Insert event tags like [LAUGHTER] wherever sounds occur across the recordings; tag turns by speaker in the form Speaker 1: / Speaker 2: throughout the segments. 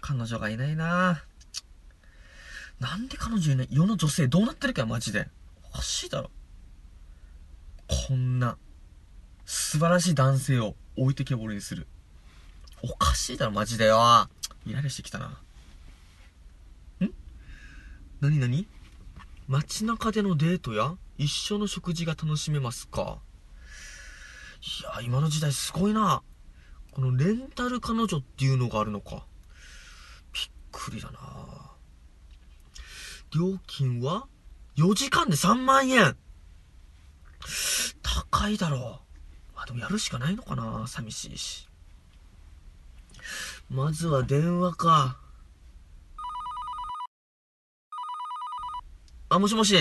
Speaker 1: 彼女がいないななんで彼女いない世の女性どうなってるかマジで。おかしいだろ。こんな、素晴らしい男性を置いてけぼりにする。おかしいだろ、マジでよ。イライラしてきたな。んなになに街中でのデートや一緒の食事が楽しめますかいや、今の時代すごいな。このレンタル彼女っていうのがあるのか。びっくりだな。料金は4時間で3万円高いだろう。まあでもやるしかないのかな。寂しいし。まずは電話か。あ、もしもし。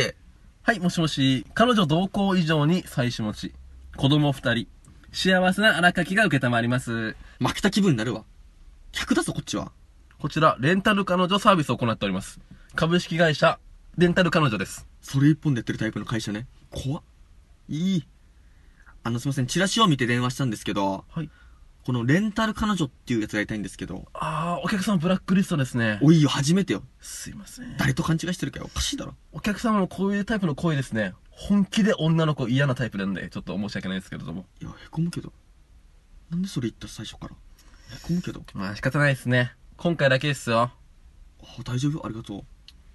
Speaker 2: はい、もしもし。彼女同行以上に妻子持ち。子供二人。幸せな荒垣が受けたまります。
Speaker 3: 負けた気分になるわ。客だぞ、こっちは。
Speaker 2: こちら、レンタル彼女サービスを行っております。株式会社、レンタル彼女です。
Speaker 3: それ一本でやってるタイプの会社ね。怖っ。いい。あの、すいません、チラシを見て電話したんですけど、
Speaker 2: はい。
Speaker 3: このレンタル彼女っていうやつがいたいんですけど、
Speaker 2: あー、お客様ブラックリストですね。
Speaker 3: おいよ、初めてよ。
Speaker 2: すいません。
Speaker 3: 誰と勘違いしてるかよ。おかしいだろ。
Speaker 2: お客様のこういうタイプの声ですね。本気で女の子嫌なタイプなんで、ちょっと申し訳ないですけれども。
Speaker 3: いや、へこむけど。なんでそれ言った最初から。へこむけど。
Speaker 2: まあ仕方ないですね。今回だけですよ。
Speaker 3: あ、大丈夫ありがとう。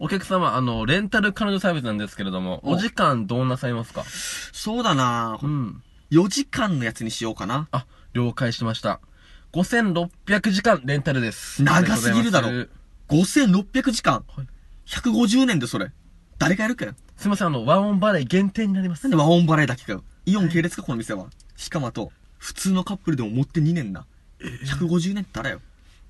Speaker 2: お客様、あの、レンタル彼女サービスなんですけれども、
Speaker 3: お
Speaker 2: お時間どうなさいますか
Speaker 3: そうだな
Speaker 2: うん。
Speaker 3: 4時間のやつにしようかな。
Speaker 2: あ、了解しました。5600時間レンタルです。
Speaker 3: 長すぎるだろ
Speaker 2: ありがとうございま
Speaker 3: 5600時間。
Speaker 2: はい
Speaker 3: 150年でそれ。誰がやるかよ。
Speaker 2: すすいません、あの、ワンオンバレー限定になります。
Speaker 3: なんで和音払いだけかよ。イオン系列か、この店は。しかもあと、普通のカップルでも持って2年な。150年って誰よ。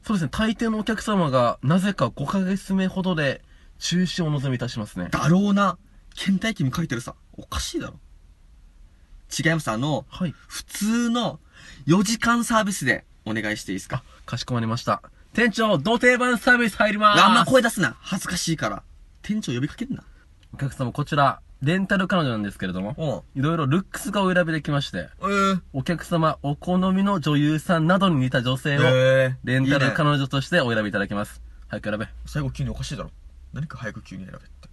Speaker 2: そうですね、大抵のお客様が、なぜか5ヶ月目ほどで、中止をお望みいたしますね。
Speaker 3: だろうな。倦怠期も書いてるさ。おかしいだろ。違います。あの、
Speaker 2: はい。
Speaker 3: 普通の4時間サービスでお願いしていいですか
Speaker 2: あ。、かしこまりました。店長、土定番サービス入りまーす。
Speaker 3: あんま声出すな。恥ずかしいから。店長呼びかけんな。
Speaker 2: お客様、こちら、レンタル彼女なんですけれども、
Speaker 3: おう
Speaker 2: いろいろルックスがお選びできまして、
Speaker 3: えー、
Speaker 2: お客様、お好みの女優さんなどに似た女性を、
Speaker 3: え
Speaker 2: レンタル
Speaker 3: 女
Speaker 2: 彼女としてお選びいただきます。早く選べ。
Speaker 1: 最後急におかしいだろ。何か早く急に選べって。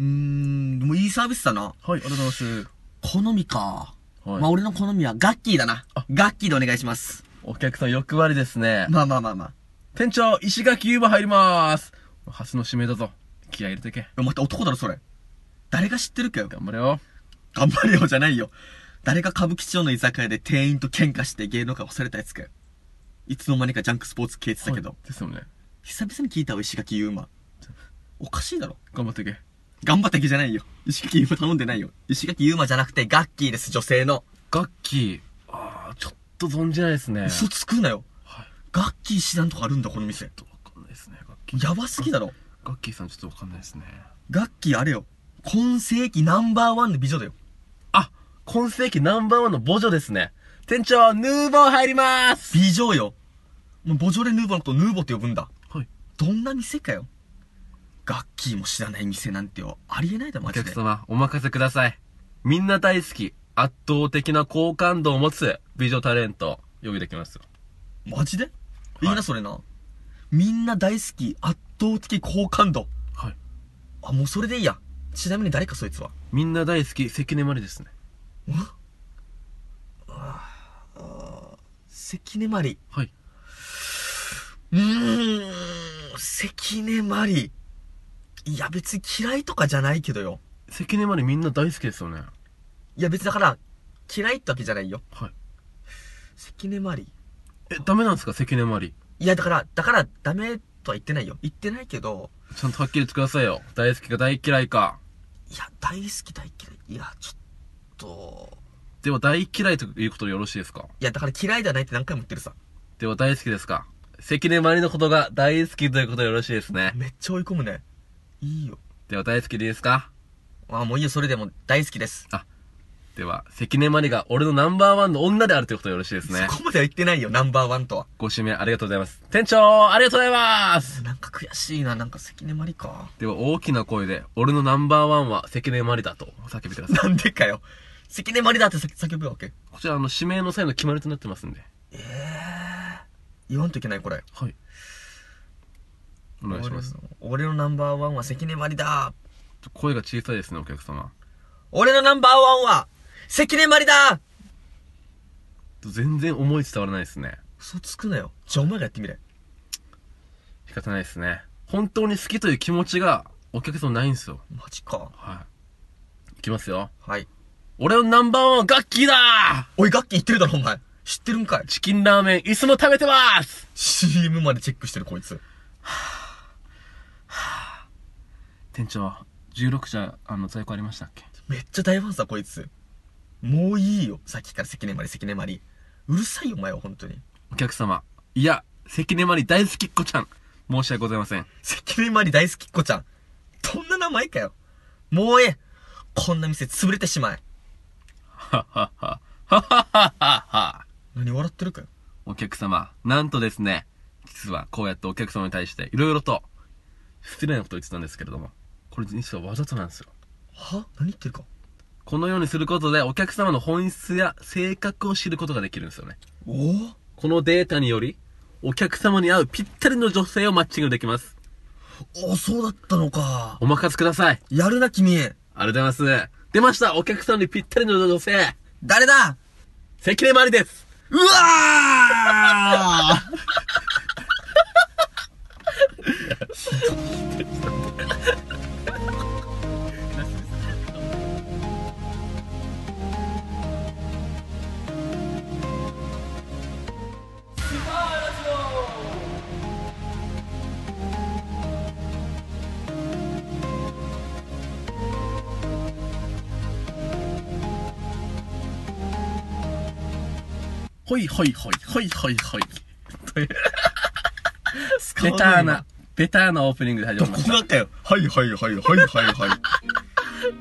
Speaker 3: うーん、でもいいサービスだな。
Speaker 2: はい、ありがとうございます。
Speaker 3: 好みか。
Speaker 2: はい
Speaker 3: まあ俺の好みはガッキーだな
Speaker 2: あ。
Speaker 3: ガッキーでお願いします。
Speaker 2: お客さん欲張りですね。
Speaker 3: まあまあまあまあ。
Speaker 2: 店長、石垣湯葉入りまーす。初の指名だぞ。気合い入れてけ。
Speaker 3: お前って男だろ、それ。誰が知ってるかよ。
Speaker 2: 頑張れよ。
Speaker 3: 頑張れよ、じゃないよ。誰が歌舞伎町の居酒屋で店員と喧嘩して芸能界を干されたやつかよ。いつの間にかジャンクスポーツ消えてたけど、
Speaker 2: はいですよね。
Speaker 3: 久々に聞いたわ、石垣優馬。おかしいだろ。
Speaker 2: 頑張ってけ。
Speaker 3: 頑張った気じゃないよ。石垣優馬頼んでないよ。石垣優馬じゃなくて、ガッキーです、女性の。
Speaker 2: 楽器、あー、ちょっと存じないですね。
Speaker 3: 嘘つくなよ。
Speaker 2: はい。
Speaker 3: ガッキー師団とかあるんだ、この店。
Speaker 2: わかんないですね。楽器。
Speaker 3: やばすぎだろ。
Speaker 2: 楽器さんちょっとわかんないですね。
Speaker 3: ガッキーあれよ。今世紀ナンバーワンの美女だよ。
Speaker 2: あ、今世紀ナンバーワンの母女ですね。店長、ヌーボー入りまーす。
Speaker 3: 美女よ。もうボジョレ・ヌーボーのことヌーボーって呼ぶんだ。
Speaker 2: はい。
Speaker 3: どんな店かよ。ガッキーも知らない店なんてよ。ありえないだろ、マ
Speaker 2: お
Speaker 3: ジ
Speaker 2: 客
Speaker 3: で。
Speaker 2: 様、お任せください。みんな大好き、圧倒的な好感度を持つ美女タレント、呼びできますよ。
Speaker 3: マジでいいな、それな。みんな大好き、圧倒的好感度。
Speaker 2: はい。
Speaker 3: あ、もうそれでいいや。ちなみに誰かそいつは。
Speaker 2: みんな大好き、関根まりですね。
Speaker 3: 関根麻里。
Speaker 2: はい。
Speaker 3: うーん、関根麻里。いや、別に嫌いとかじゃないけどよ。
Speaker 2: 関根まりみんな大好きですよね。
Speaker 3: いや、別にだから、嫌いってわけじゃないよ。
Speaker 2: はい。
Speaker 3: 関根麻里。
Speaker 2: え、ダメなんですか関根まり。
Speaker 3: いや、だから、だから、ダメとは言ってないよ。言ってないけど、
Speaker 2: ちゃんとはっきり言ってくださいよ。大好きか大嫌いか。
Speaker 3: いや、大好き大嫌い。いや、ちょっと、
Speaker 2: では大嫌いということでよろしいですか
Speaker 3: いや、だから嫌いじゃないって何回も言ってるさ。
Speaker 2: では大好きですか関根まりのことが大好きということでよろしいですね。
Speaker 3: めっちゃ追い込むね。いいよ。
Speaker 2: では大好きでいいですか
Speaker 3: あ、もういいよ、それでも大好きです。
Speaker 2: では、関根まりが俺のナンバーワンの女であるということでよろしいですね。
Speaker 3: そこまでは言ってないよ、ナンバーワンとは。
Speaker 2: ご指名ありがとうございます。店長、ありがとうございます
Speaker 3: なんか悔しいな、なんか関根麻里か。 [LAUGHS]
Speaker 2: では大きな声で、俺のナンバーワンは関根まりだと叫びください。
Speaker 3: なんでかよ。関根麻里だって叫ぶわけ。
Speaker 2: こちらあの指名の際の決まりとなってますんで。
Speaker 3: 言わんといけないこれ
Speaker 2: はい。お願いします。
Speaker 3: 俺の俺のナンバーワンは関根麻里だ
Speaker 2: 声が小さいですね、お客様。
Speaker 3: 俺のナンバーワンは関根麻里だ
Speaker 2: 全然思い伝わらないですね。
Speaker 3: 嘘つくなよじゃあお前がやってみれ
Speaker 2: 仕方ないですね。本当に好きという気持ちがお客様ないんですよ。
Speaker 3: マジか
Speaker 2: はい。いきますよ。
Speaker 3: はい
Speaker 2: 俺のナンバーワンはガッキーだ
Speaker 3: おい楽器言ってるだろお前知ってるんかい
Speaker 2: チキンラーメン、いつも食べてます
Speaker 3: CM までチェックしてるこいつ
Speaker 2: 店長、16社、あの、在庫ありましたっけ
Speaker 3: めっちゃ大ファンさこいつもういいよさっきから関根麻里関根麻里うるさいよお前は本当に
Speaker 2: お客様。いや、関根まり大好きっ子ちゃん。申し訳ございません。
Speaker 3: 関根麻里大好きっ子ちゃんどんな名前かよもうええこんな店潰れてしまえ
Speaker 2: ははは。ははははは。
Speaker 3: 何笑ってるかよ
Speaker 2: お客様、なんとですね、実はこうやってお客様に対していろいろと失礼なことを言ってたんですけれども、これ実はわざとなんですよ。
Speaker 3: は何言ってるか
Speaker 2: このようにすることでお客様の本質や性格を知ることができるんですよね。
Speaker 3: おお
Speaker 2: このデータにより、お客様に合うぴったりの女性をマッチングできます。
Speaker 3: おそうだったのか
Speaker 2: お任せください。
Speaker 3: やるな君
Speaker 2: ありがとうございます。出ましたお客様にぴったりの女性
Speaker 3: 誰だ
Speaker 2: 関根まりです
Speaker 3: うわー [LAUGHS]
Speaker 2: ほいほいほい、ほいほいほい。という、
Speaker 3: ス
Speaker 2: ベターな、ベターなオープニングで始
Speaker 3: ど
Speaker 2: まりま
Speaker 3: こ
Speaker 2: した。
Speaker 3: がかよはいはいはいはいはいはい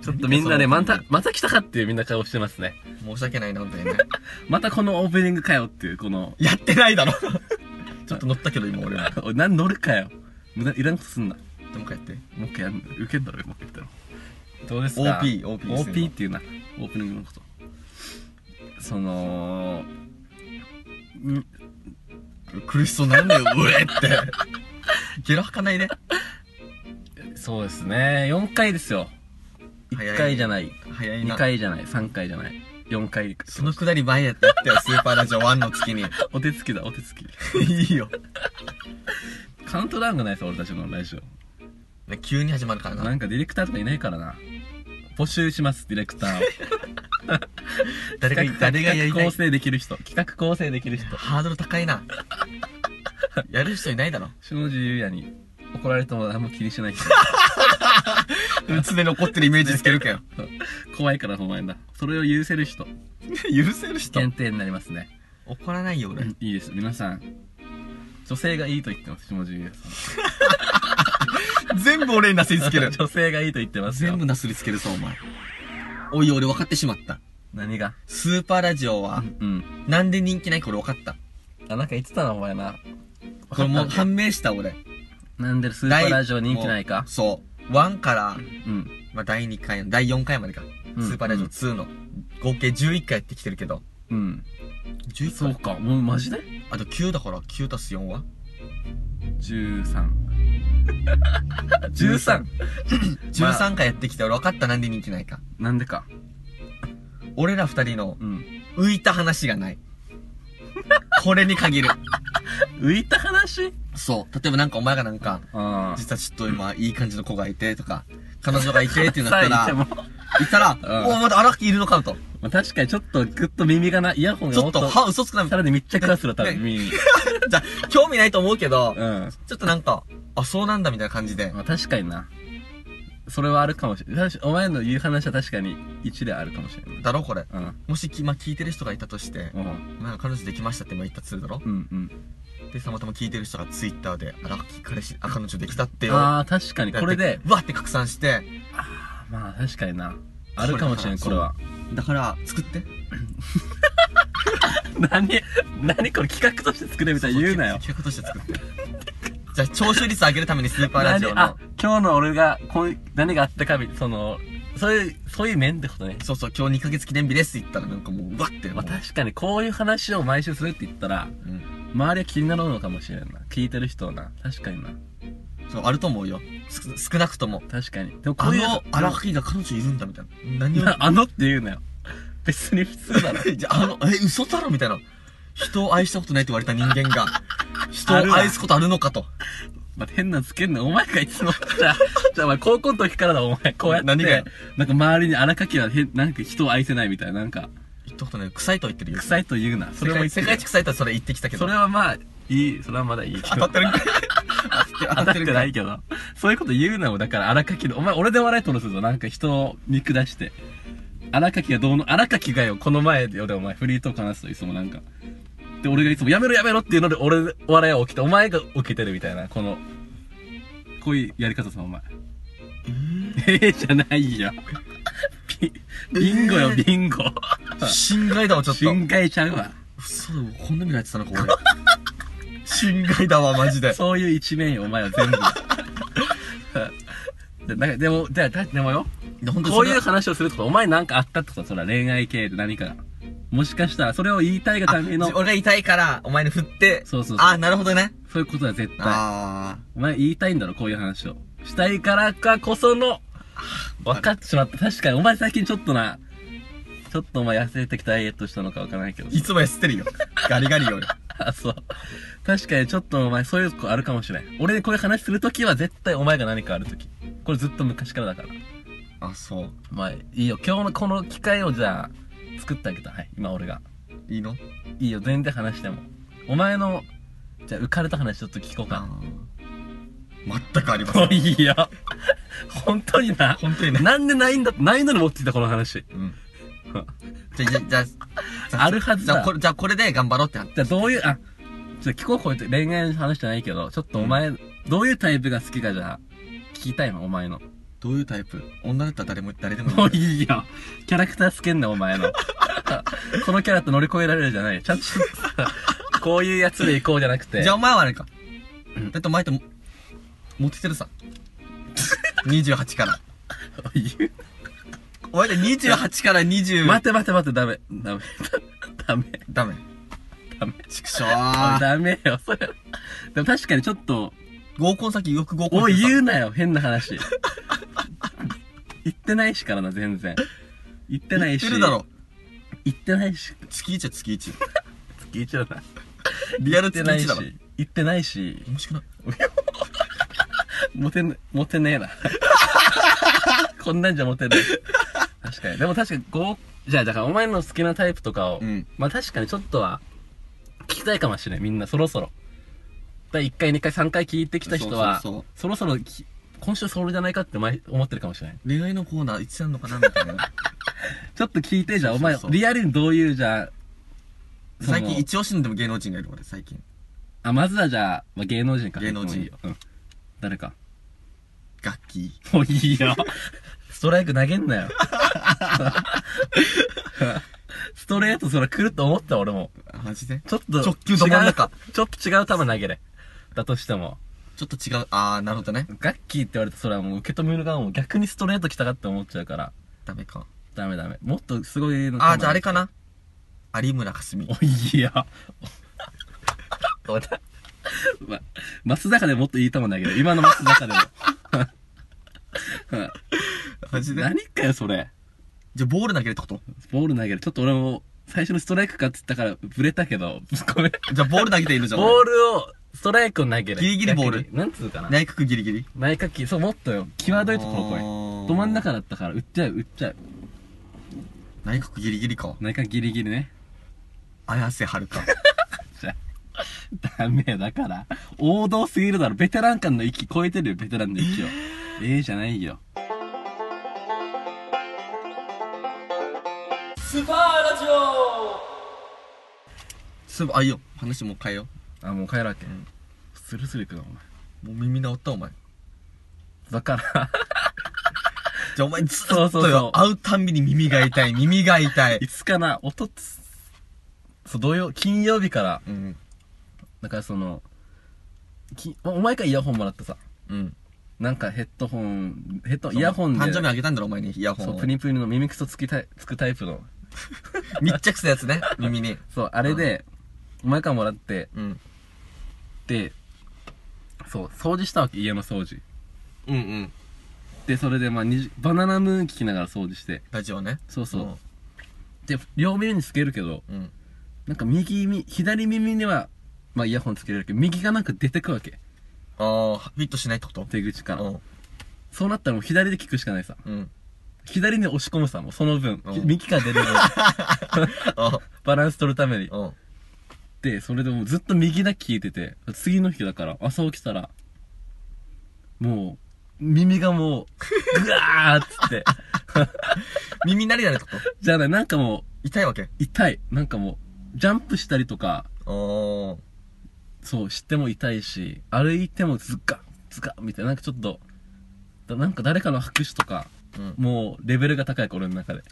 Speaker 2: ちょっとみんなね、また、また来たかっていうみんな顔してますね。
Speaker 3: 申し訳ないな本当にね
Speaker 2: またこのオープニングかよっていう、この、
Speaker 3: やってないだろちょっと乗ったけど今俺は
Speaker 2: [LAUGHS] おいなん乗るかよ。無駄、いらんことすんな。
Speaker 3: でもう一回やって
Speaker 2: もう一回やん、受けんだろ、もう一回言ったら。どうですか
Speaker 3: OP OP ですね
Speaker 2: OP っていうな、オープニングのこと。その、ん
Speaker 3: 苦しそうになんだようえってゲロ吐かないね
Speaker 2: そうですね、4回ですよ。
Speaker 3: 早い
Speaker 2: 1回じゃない、
Speaker 3: 早い
Speaker 2: 2
Speaker 3: な
Speaker 2: 回じゃない、3回じゃない、4回。 [LAUGHS]
Speaker 3: そのくだり前やってやったよスーパーラジオ1の月に
Speaker 2: お手つきだ、お手つき。
Speaker 3: いいよ
Speaker 2: カウントダウンがないです、俺たちの来週。
Speaker 3: ね急に始まるから
Speaker 2: な
Speaker 3: なん
Speaker 2: かディレクターとかいないからな。募集します、ディレクタ [LAUGHS] ーを。
Speaker 3: 誰が誰がやりた
Speaker 2: 企画
Speaker 3: い
Speaker 2: 構成できる人。企画構成できる人。
Speaker 3: ハードル高いなやる人いないだろ
Speaker 2: 篠地優也に怒られても何も気にしない人。
Speaker 3: 常に怒ってるイメージつけるかよ
Speaker 2: 怖いからお前な。それを許せる人。
Speaker 3: 許せる人
Speaker 2: 限定になりますね。
Speaker 3: 怒らないよ俺
Speaker 2: いいです。皆さん。女性がいいと言ってます、下地優也
Speaker 3: 全部俺になすりつけ
Speaker 2: さ
Speaker 3: [LAUGHS] る
Speaker 2: ん。 [LAUGHS] 女性がいいと言ってますよ。
Speaker 3: 全部なすりつけるぞお前おい俺分かってしまった
Speaker 2: 何が
Speaker 3: スーパーラジオは
Speaker 2: うん。
Speaker 3: なんで人気ないか俺分かった
Speaker 2: あ、なんか言ってたな、お前な。
Speaker 3: これもう判明した俺
Speaker 2: なんでスーパーラジオ人気ないか
Speaker 3: 第そう1から、
Speaker 2: うん。
Speaker 3: まあ、第2回第4回までか、
Speaker 2: うん
Speaker 3: スーパーラジオ2の合計11回やってきてるけど
Speaker 2: うん。
Speaker 3: 11
Speaker 2: そうか。もうマジで
Speaker 3: あと9だから9足す4は
Speaker 2: [LAUGHS] ?13。13! まあ
Speaker 3: 13回やってきて俺分かったなんで人気ないか
Speaker 2: なんでか。
Speaker 3: 俺ら2人の
Speaker 2: うん。
Speaker 3: 浮いた話がない [LAUGHS] これに限る
Speaker 2: 浮いた話
Speaker 3: そう例えばなんかお前がなんか
Speaker 2: あ
Speaker 3: 実はちょっと今いい感じの子がいてとか彼女がいてってなった
Speaker 2: さ [LAUGHS] え言
Speaker 3: ら
Speaker 2: っても。
Speaker 3: いたら、
Speaker 2: うん
Speaker 3: おお、また荒木いるのかと。
Speaker 2: まあ、確かにちょっとグッと耳がな、イヤホン
Speaker 3: ち
Speaker 2: が
Speaker 3: ょ
Speaker 2: も
Speaker 3: っ
Speaker 2: っと
Speaker 3: と、、歯嘘つくな。
Speaker 2: さ
Speaker 3: じ
Speaker 2: らに密着がする多分耳に。
Speaker 3: [LAUGHS] ゃあ、興味ないと思うけど
Speaker 2: うん。、ま
Speaker 3: ちょっとなんか、あ、そうなんだみたいな感じで。
Speaker 2: あ確かにな。それはあるかもしれない。確かお前の言う話は確かに一理あるかもしれない。
Speaker 3: だろこれ。
Speaker 2: うん。
Speaker 3: もしき、まあ、聞いてる人がいたとして、
Speaker 2: うん。
Speaker 3: まあ、彼女できましたって今言ったとするだろ
Speaker 2: うんうん。
Speaker 3: で、たまたま聞いてる人がツイッターで、あら、彼氏、あ、彼女できたってよ。
Speaker 2: ああ、確かに。これ
Speaker 3: やっ
Speaker 2: で
Speaker 3: て、、うわって拡散して、
Speaker 2: まあ確かにな。あるかもしれん、
Speaker 3: こ
Speaker 2: こ
Speaker 3: れ
Speaker 2: れ
Speaker 3: だ
Speaker 2: は。
Speaker 3: だから、作って。
Speaker 2: 何、何これ企画として作れみたいに言うなよ。
Speaker 3: 企画として作って。じゃあ、聴取率上げるためにスーパーラジ
Speaker 2: 何
Speaker 3: オ
Speaker 2: あ
Speaker 3: の、、
Speaker 2: 今日の俺が、こういう、何があったかみ、その、そういう、そういう面ってことね。
Speaker 3: そうそう、今日2ヶ月記念日ですって言ったらなんかもう、うわって。
Speaker 2: ま
Speaker 3: も
Speaker 2: あ
Speaker 3: う
Speaker 2: 確かにこういう話を毎週するって言ったら、
Speaker 3: うん。
Speaker 2: 周りは気になるのかもしれんな聞いてる人はな確かにな
Speaker 3: そう、あると思うよ。す少なくとも。
Speaker 2: 確かにでもこ
Speaker 3: あ
Speaker 2: ういう
Speaker 3: の、荒垣が彼女いるんだみたいな。何を。
Speaker 2: な [LAUGHS] あのって言うなよ別に普通だろ
Speaker 3: じゃあ、あの、え、嘘だろみたいな。人を愛したことないって言われた人間が、人
Speaker 2: ある
Speaker 3: を
Speaker 2: わ
Speaker 3: 愛すことあるのかと。
Speaker 2: ま変なのつけんなお前がいつもじゃあじゃあお前高校の時からだお前こうやって
Speaker 3: 何がよ
Speaker 2: なんか周りに荒かきは変なんか人を愛せないみたいななんか
Speaker 3: 言ったことない。臭いとは言ってるよ。
Speaker 2: 臭いと言うなそ
Speaker 3: そ
Speaker 2: れ
Speaker 3: れ
Speaker 2: も言
Speaker 3: も
Speaker 2: って
Speaker 3: 世
Speaker 2: る
Speaker 3: 界一臭いとはそれ言ってきたけど。
Speaker 2: それはまあいいそれはまだい [LAUGHS] いけど
Speaker 3: 当たってるんかい当た
Speaker 2: 当
Speaker 3: った
Speaker 2: っ
Speaker 3: る
Speaker 2: てて
Speaker 3: んか
Speaker 2: ないいけど。そういうこと言うなよ。だから、荒垣の。お前、俺で笑い取るすぞ。なんか人を見下して。荒垣がどうの、荒垣がよ、この前でよ、でお前、フリートーク話すと、いつもなんか。で、俺がいつも、やめろやめろっていうので、俺、笑いは起きて、お前が起きてるみたいな、この、こういうやり方さ、お前。ええ [LAUGHS] じゃないよ。ビビンゴよ、ビンゴ。
Speaker 3: 侵害だわ、ちょっと。
Speaker 2: 心外ちゃうわ。
Speaker 3: 嘘だわ、こんな未来やってたのか、俺。侵害だわ、マジで。
Speaker 2: そういう一面よ、お前は全部。 [LAUGHS] でなんかでも、ででもよ、
Speaker 3: 本当に
Speaker 2: こ
Speaker 3: そうれ
Speaker 2: いう
Speaker 3: は
Speaker 2: 話をするとか、お前なんかあったとか、それは恋愛系で何かが。もしかしたら、それを言いたいがための
Speaker 3: あ、俺が痛いから、お前に振って。
Speaker 2: そうそうそう
Speaker 3: あ、なるほどね。
Speaker 2: そういうことは絶対。
Speaker 3: あ
Speaker 2: お前言いたいんだろ、こういう話を。したいからかこその、分かってしまった。確かに、お前最近ちょっとな、ちょっとお前痩せてきたダイエットしたのかわからないけど
Speaker 3: ー。。いつもやってるよ。ガリガリよ、俺。
Speaker 2: あ、そう。確かにちょっとお前そういうとこあるかもしれん。俺にこういう話するときは絶対お前が何かあるとき。これずっと昔からだから。
Speaker 3: あ、そう。
Speaker 2: まあいいよ。今日のこの機会をじゃあ作ってあげた。はい。今俺が。
Speaker 3: いいの
Speaker 2: いいよ。全然話しても。お前の、じゃあ浮かれた話ちょっと聞こうか。
Speaker 3: あー全くありませ
Speaker 2: も
Speaker 3: ん
Speaker 2: う。いいよ。本当にな。
Speaker 3: 本当にね。
Speaker 2: なんでないんだないのに持ってきたこの話。
Speaker 3: うん。じゃ、じゃ、じゃ、じゃ
Speaker 2: [LAUGHS] あるはずだ
Speaker 3: じゃこれ、じゃ、これで頑張ろうってなって。
Speaker 2: じゃあどういう、あ、じゃあ聞こうこういう恋愛の話じゃないけど、ちょっとお前、どういうタイプが好きかじゃあ聞きたいの、お前の。
Speaker 3: どういうタイプ女だったら誰も、誰でもいい
Speaker 2: もういいよ。キャラクターつけんな、お前の。 [LAUGHS] このキャラと乗り越えられるじゃない。ちゃんと、こういうやつで行こうじゃなくて。
Speaker 3: じゃあお前はあれか
Speaker 2: うん。
Speaker 3: だってお前っても、モテて
Speaker 2: [LAUGHS]
Speaker 3: るさ。28から。
Speaker 2: 言
Speaker 3: お前って28から
Speaker 2: う
Speaker 3: 20。
Speaker 2: 待て待て待て、ダメ。ダメ。 [LAUGHS] ダメ。
Speaker 3: ダメ。
Speaker 2: ダメ。
Speaker 3: 畜生。
Speaker 2: ダメよ、それ。でも確かにちょっと、
Speaker 3: 合コン先、よく合コン
Speaker 2: おい、
Speaker 3: う。
Speaker 2: 言うなよ、変な話。言ってないしからな、全然。言ってないし。
Speaker 3: 言ってるだろ。
Speaker 2: 言ってないし。
Speaker 3: 月1は月1。
Speaker 2: 言っちゃうな。
Speaker 3: リアル
Speaker 2: 言
Speaker 3: 月
Speaker 2: ってない
Speaker 3: 1
Speaker 2: し
Speaker 3: だろ。。
Speaker 2: 言ってないし。
Speaker 3: 面白くない。
Speaker 2: モテね、モテね
Speaker 3: [LAUGHS]
Speaker 2: えな。こんなんじゃモテない。確かに。でも確かに、こう、じゃあ、だからお前の好きなタイプとかを、
Speaker 3: うん
Speaker 2: まあ確かにちょっとは、聞きたいかもしれん、みんな、そろそろ。第1回、2回、3回聞いてきた人は、
Speaker 3: そうそうそう
Speaker 2: そろそろき、今週それじゃないかって前思ってるかもしれない。
Speaker 3: 恋愛のコーナーいつやんのかなみた
Speaker 2: [LAUGHS]
Speaker 3: いな。
Speaker 2: ちょっと聞いて、じゃあ、
Speaker 3: そ
Speaker 2: お
Speaker 3: うそう
Speaker 2: 前
Speaker 3: そう、
Speaker 2: リアルにどういう、じゃあ、その
Speaker 3: 最近、一押しのでも芸能人がいる、俺、最近。
Speaker 2: あ、まずはじゃあ、まあ、芸能人から
Speaker 3: 芸能人
Speaker 2: いいよ。うん。誰か。
Speaker 3: ガッキー。
Speaker 2: もういいよ。 [LAUGHS] ストライク投げんなよ。 [LAUGHS] ストレートそれ来ると思った俺も。
Speaker 3: あマジで
Speaker 2: ちょっと違う。
Speaker 3: 直球ど真ん中
Speaker 2: ちょっと違う球投げれ。だとしても。
Speaker 3: ちょっと違う。あー、なるほどね。
Speaker 2: ガッキーって言われてそれはもう受け止める側も逆にストレート来たかって思っちゃうから。
Speaker 3: ダメか。
Speaker 2: ダメダメ。もっとすごいの
Speaker 3: あー、じゃああれかな有村架純。
Speaker 2: おいや。おだ。ま、松坂でもっといい球投げる。今の松坂でも。
Speaker 3: マジで
Speaker 2: 何かよ、それ。
Speaker 3: じゃあボール投げるってこと
Speaker 2: ボール投げる。ちょっと俺も、最初のストライクかって言ったから、ブレたけど、ごめん。
Speaker 3: じゃあボール投げているじゃん。
Speaker 2: ボールを、ストライクを投げる。
Speaker 3: ギリギリボール
Speaker 2: 逆になんつうかな。
Speaker 3: 内角ギリギリ。
Speaker 2: 内角球、そう、もっとよ。際どいところ、これ。
Speaker 3: あー
Speaker 2: ど真ん中だったから、打っちゃう、打っちゃう。
Speaker 3: 内角ギリギリか。
Speaker 2: 内角ギリギリね。
Speaker 3: 綾瀬はるか。
Speaker 2: じゃあダメよだから。王道すぎるだろ。ベテラン感の域超えてるよ、ベテランの域を。ええじゃないよ。
Speaker 3: そういえばあ、いいよ。話もう変えよ
Speaker 2: あ、もう帰るわけ
Speaker 3: ん。
Speaker 2: スルスル行くな、お前。
Speaker 3: う。もう耳治った、お前。
Speaker 2: だから、 [LAUGHS]
Speaker 3: じゃあお前ずっとよ
Speaker 2: そうそうそう
Speaker 3: 会うたんびに耳が痛い、耳が痛い
Speaker 2: い。つかな、おとつ、そう、土曜、金曜日から、
Speaker 3: うん。
Speaker 2: だからその、きお前からイヤホンもらったさ。
Speaker 3: うん。
Speaker 2: なんかヘッドホン、ヘッド、イヤホンで、
Speaker 3: 誕生日あげたんだろ、お前にイヤホン
Speaker 2: そ
Speaker 3: を
Speaker 2: う、プニプニの耳くそつきたいつくタイプの、
Speaker 3: 密着したやつね、耳に。
Speaker 2: そう、あれで、お前からもらって、
Speaker 3: うん。
Speaker 2: で、そう、掃除したわけ、家の掃除。
Speaker 3: うんうん。
Speaker 2: で、それで、まあ、にじバナナムーン聞きながら掃除して。
Speaker 3: ラジオね。
Speaker 2: そうそう。で、両耳につけるけど、
Speaker 3: うん。うん。
Speaker 2: なんか右耳、左耳には、まあ、イヤホンつけれるけど、右がなんか出てくわけ。
Speaker 3: ああ、フィットしないってこと
Speaker 2: 出口から。
Speaker 3: うん。
Speaker 2: そうなったらもう左で聞くしかないさ。
Speaker 3: うん。
Speaker 2: 左に押し込むさ、もうその分
Speaker 3: うん。
Speaker 2: 右から出る分。
Speaker 3: [LAUGHS] あ
Speaker 2: バランス取るために。
Speaker 3: うん。
Speaker 2: で、それでもうずっと右だけ聞いてて、次の日だから、朝起きたら、もう、耳がもう、ぐわーっつって。
Speaker 3: 耳鳴りだねってこと
Speaker 2: じゃあね、なんかも
Speaker 3: 痛いわけ
Speaker 2: う、痛い。なんかもう、ジャンプしたりとか、
Speaker 3: あー。
Speaker 2: そう、しても痛いし、歩いてもズカッ、ズカッ、みたいな、なんかちょっと、だなんか誰かの拍手とか、
Speaker 3: うん。
Speaker 2: もう、レベルが高い、俺
Speaker 3: [LAUGHS]
Speaker 2: の中で。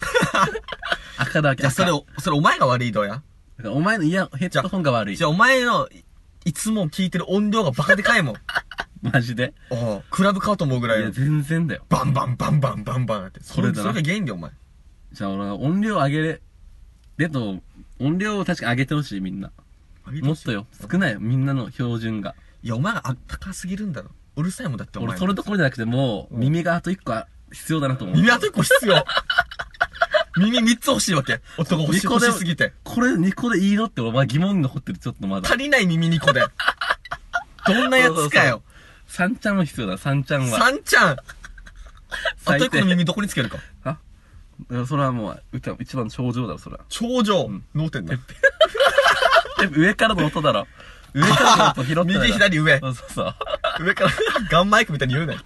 Speaker 2: 赤だわけ。
Speaker 3: じゃあそれ
Speaker 2: 赤
Speaker 3: を、それお前が悪いどうや
Speaker 2: だからお前のイヤ、ヘッドホンが悪い
Speaker 3: じ。ゃあお前のい、いつも聞いてる音量がバカでかいもん。
Speaker 2: マジで。
Speaker 3: おうクラブ買おうと思うぐ
Speaker 2: い
Speaker 3: らい
Speaker 2: や、
Speaker 3: の。
Speaker 2: 全然だよ。
Speaker 3: バンバンバンバンバンバンって。
Speaker 2: それだな
Speaker 3: それが原因だよ、お前。
Speaker 2: じゃあ俺は音量上げれ、でと、音量を確か上げてほしい、みんな。もっとよ。少ないよ、みんなの標準が。
Speaker 3: いや、お前があったかすぎるんだろ。うるさいもんだって、お前。
Speaker 2: 俺、それどころじゃなくて、もう、
Speaker 3: うん
Speaker 2: 耳があと一個あ必要だなと思う。
Speaker 3: 耳あと一個必要。耳三つ欲しいわけ。男欲し
Speaker 2: 二個
Speaker 3: 欲
Speaker 2: で
Speaker 3: しすぎて。
Speaker 2: これ2個でいいのって、俺は疑問に残ってる、ちょっとまだ。
Speaker 3: 足りない耳二個で。どんなやつかよ。
Speaker 2: 三ちゃんは必要だ、三ちゃんは。
Speaker 3: 三ちゃん。あと
Speaker 2: 最低
Speaker 3: 一個の耳どこにつけるか。
Speaker 2: あだからそれはもう、うちは一番の症状だろ、それは。
Speaker 3: 頂上。脳天だ。
Speaker 2: でも上からの音だろ。上からの音拾ったら。
Speaker 3: [LAUGHS] 右左上
Speaker 2: そうそうそう。
Speaker 3: 上からガンマイクみたいに言うなよ。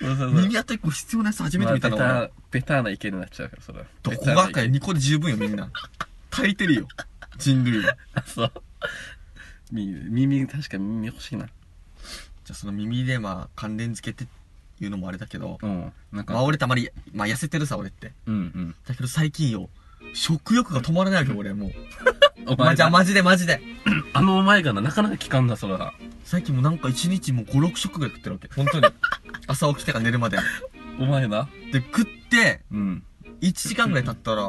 Speaker 2: そうそうそう。
Speaker 3: 耳あと一個必要なやつ初め
Speaker 2: ま
Speaker 3: て見た
Speaker 2: あベ
Speaker 3: な、
Speaker 2: タ
Speaker 3: 俺。
Speaker 2: ー、ベターな意見になっちゃうから、それは。
Speaker 3: どこ
Speaker 2: ベター
Speaker 3: が
Speaker 2: な意見
Speaker 3: かよ。二個で十分よ、みんな。足りてるよ。人類は。
Speaker 2: あ、 [LAUGHS] そう。耳、耳、確かに耳欲しいな。
Speaker 3: じゃあその耳でまあ関連付けっていうのもあれだけど、
Speaker 2: うん。なんか、
Speaker 3: まあ俺たまに、まあ痩せてるさ俺って。
Speaker 2: うん
Speaker 3: だけど最近よ、食欲が止まらないわけ俺もう。
Speaker 2: うん。お
Speaker 3: ま
Speaker 2: 前
Speaker 3: あじゃあ
Speaker 2: が、
Speaker 3: マジでマジで。
Speaker 2: あのお前がな、なかなか効かんな、それは。
Speaker 3: 最近もうなんか一日もう5、6食ぐらい食ってるわけ。本 [LAUGHS] 当に。朝起きてから寝るまで。
Speaker 2: お前な。
Speaker 3: で、食って、
Speaker 2: うん。
Speaker 3: 1時間ぐらい経ったら、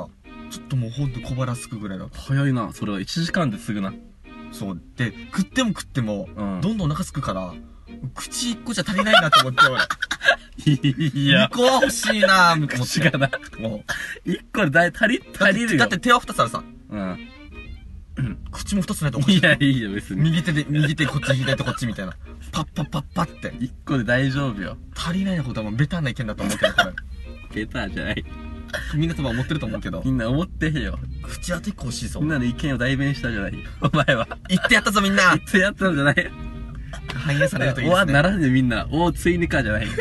Speaker 3: ちょっともうほんと小腹すくぐらいだった。
Speaker 2: 早いな、それは。1時間ですぐな。
Speaker 3: そう。で、食っても食っても、
Speaker 2: うん
Speaker 3: どんどんお腹すくから、口1個じゃ足りないなと思って、俺。
Speaker 2: [LAUGHS] い
Speaker 3: 2。個は欲しいなぁ、と思っ
Speaker 2: 違
Speaker 3: て。
Speaker 2: うな。
Speaker 3: もう。
Speaker 2: 1個でだい足り、
Speaker 3: だっ
Speaker 2: 足りる
Speaker 3: て、
Speaker 2: よ。
Speaker 3: だって手は2つあるさ。
Speaker 2: うん。
Speaker 3: 口も2つないとおかし
Speaker 2: い
Speaker 3: い。
Speaker 2: や、いいよ、別に。
Speaker 3: 右手で、右手こっち、左手こっちみたいな。パッパッパッパって。
Speaker 2: 1個で大丈夫よ。
Speaker 3: 足りないなことはもうベターな意見だと思うけど、
Speaker 2: [LAUGHS]
Speaker 3: これ。
Speaker 2: ベターじゃない。
Speaker 3: みんな多分思ってると思うけど
Speaker 2: み。んな思ってへんよ。
Speaker 3: 口当てっこ欲しいぞ
Speaker 2: みん。なの意見を代弁したじゃないよ。お前は。
Speaker 3: 言ってやったぞみんな
Speaker 2: つやったんじゃないよ。
Speaker 3: 反映されるといい
Speaker 2: お
Speaker 3: で
Speaker 2: わ、
Speaker 3: す
Speaker 2: な
Speaker 3: ね。
Speaker 2: らんでみんな。おついにかじゃ
Speaker 3: [LAUGHS]
Speaker 2: ないよ。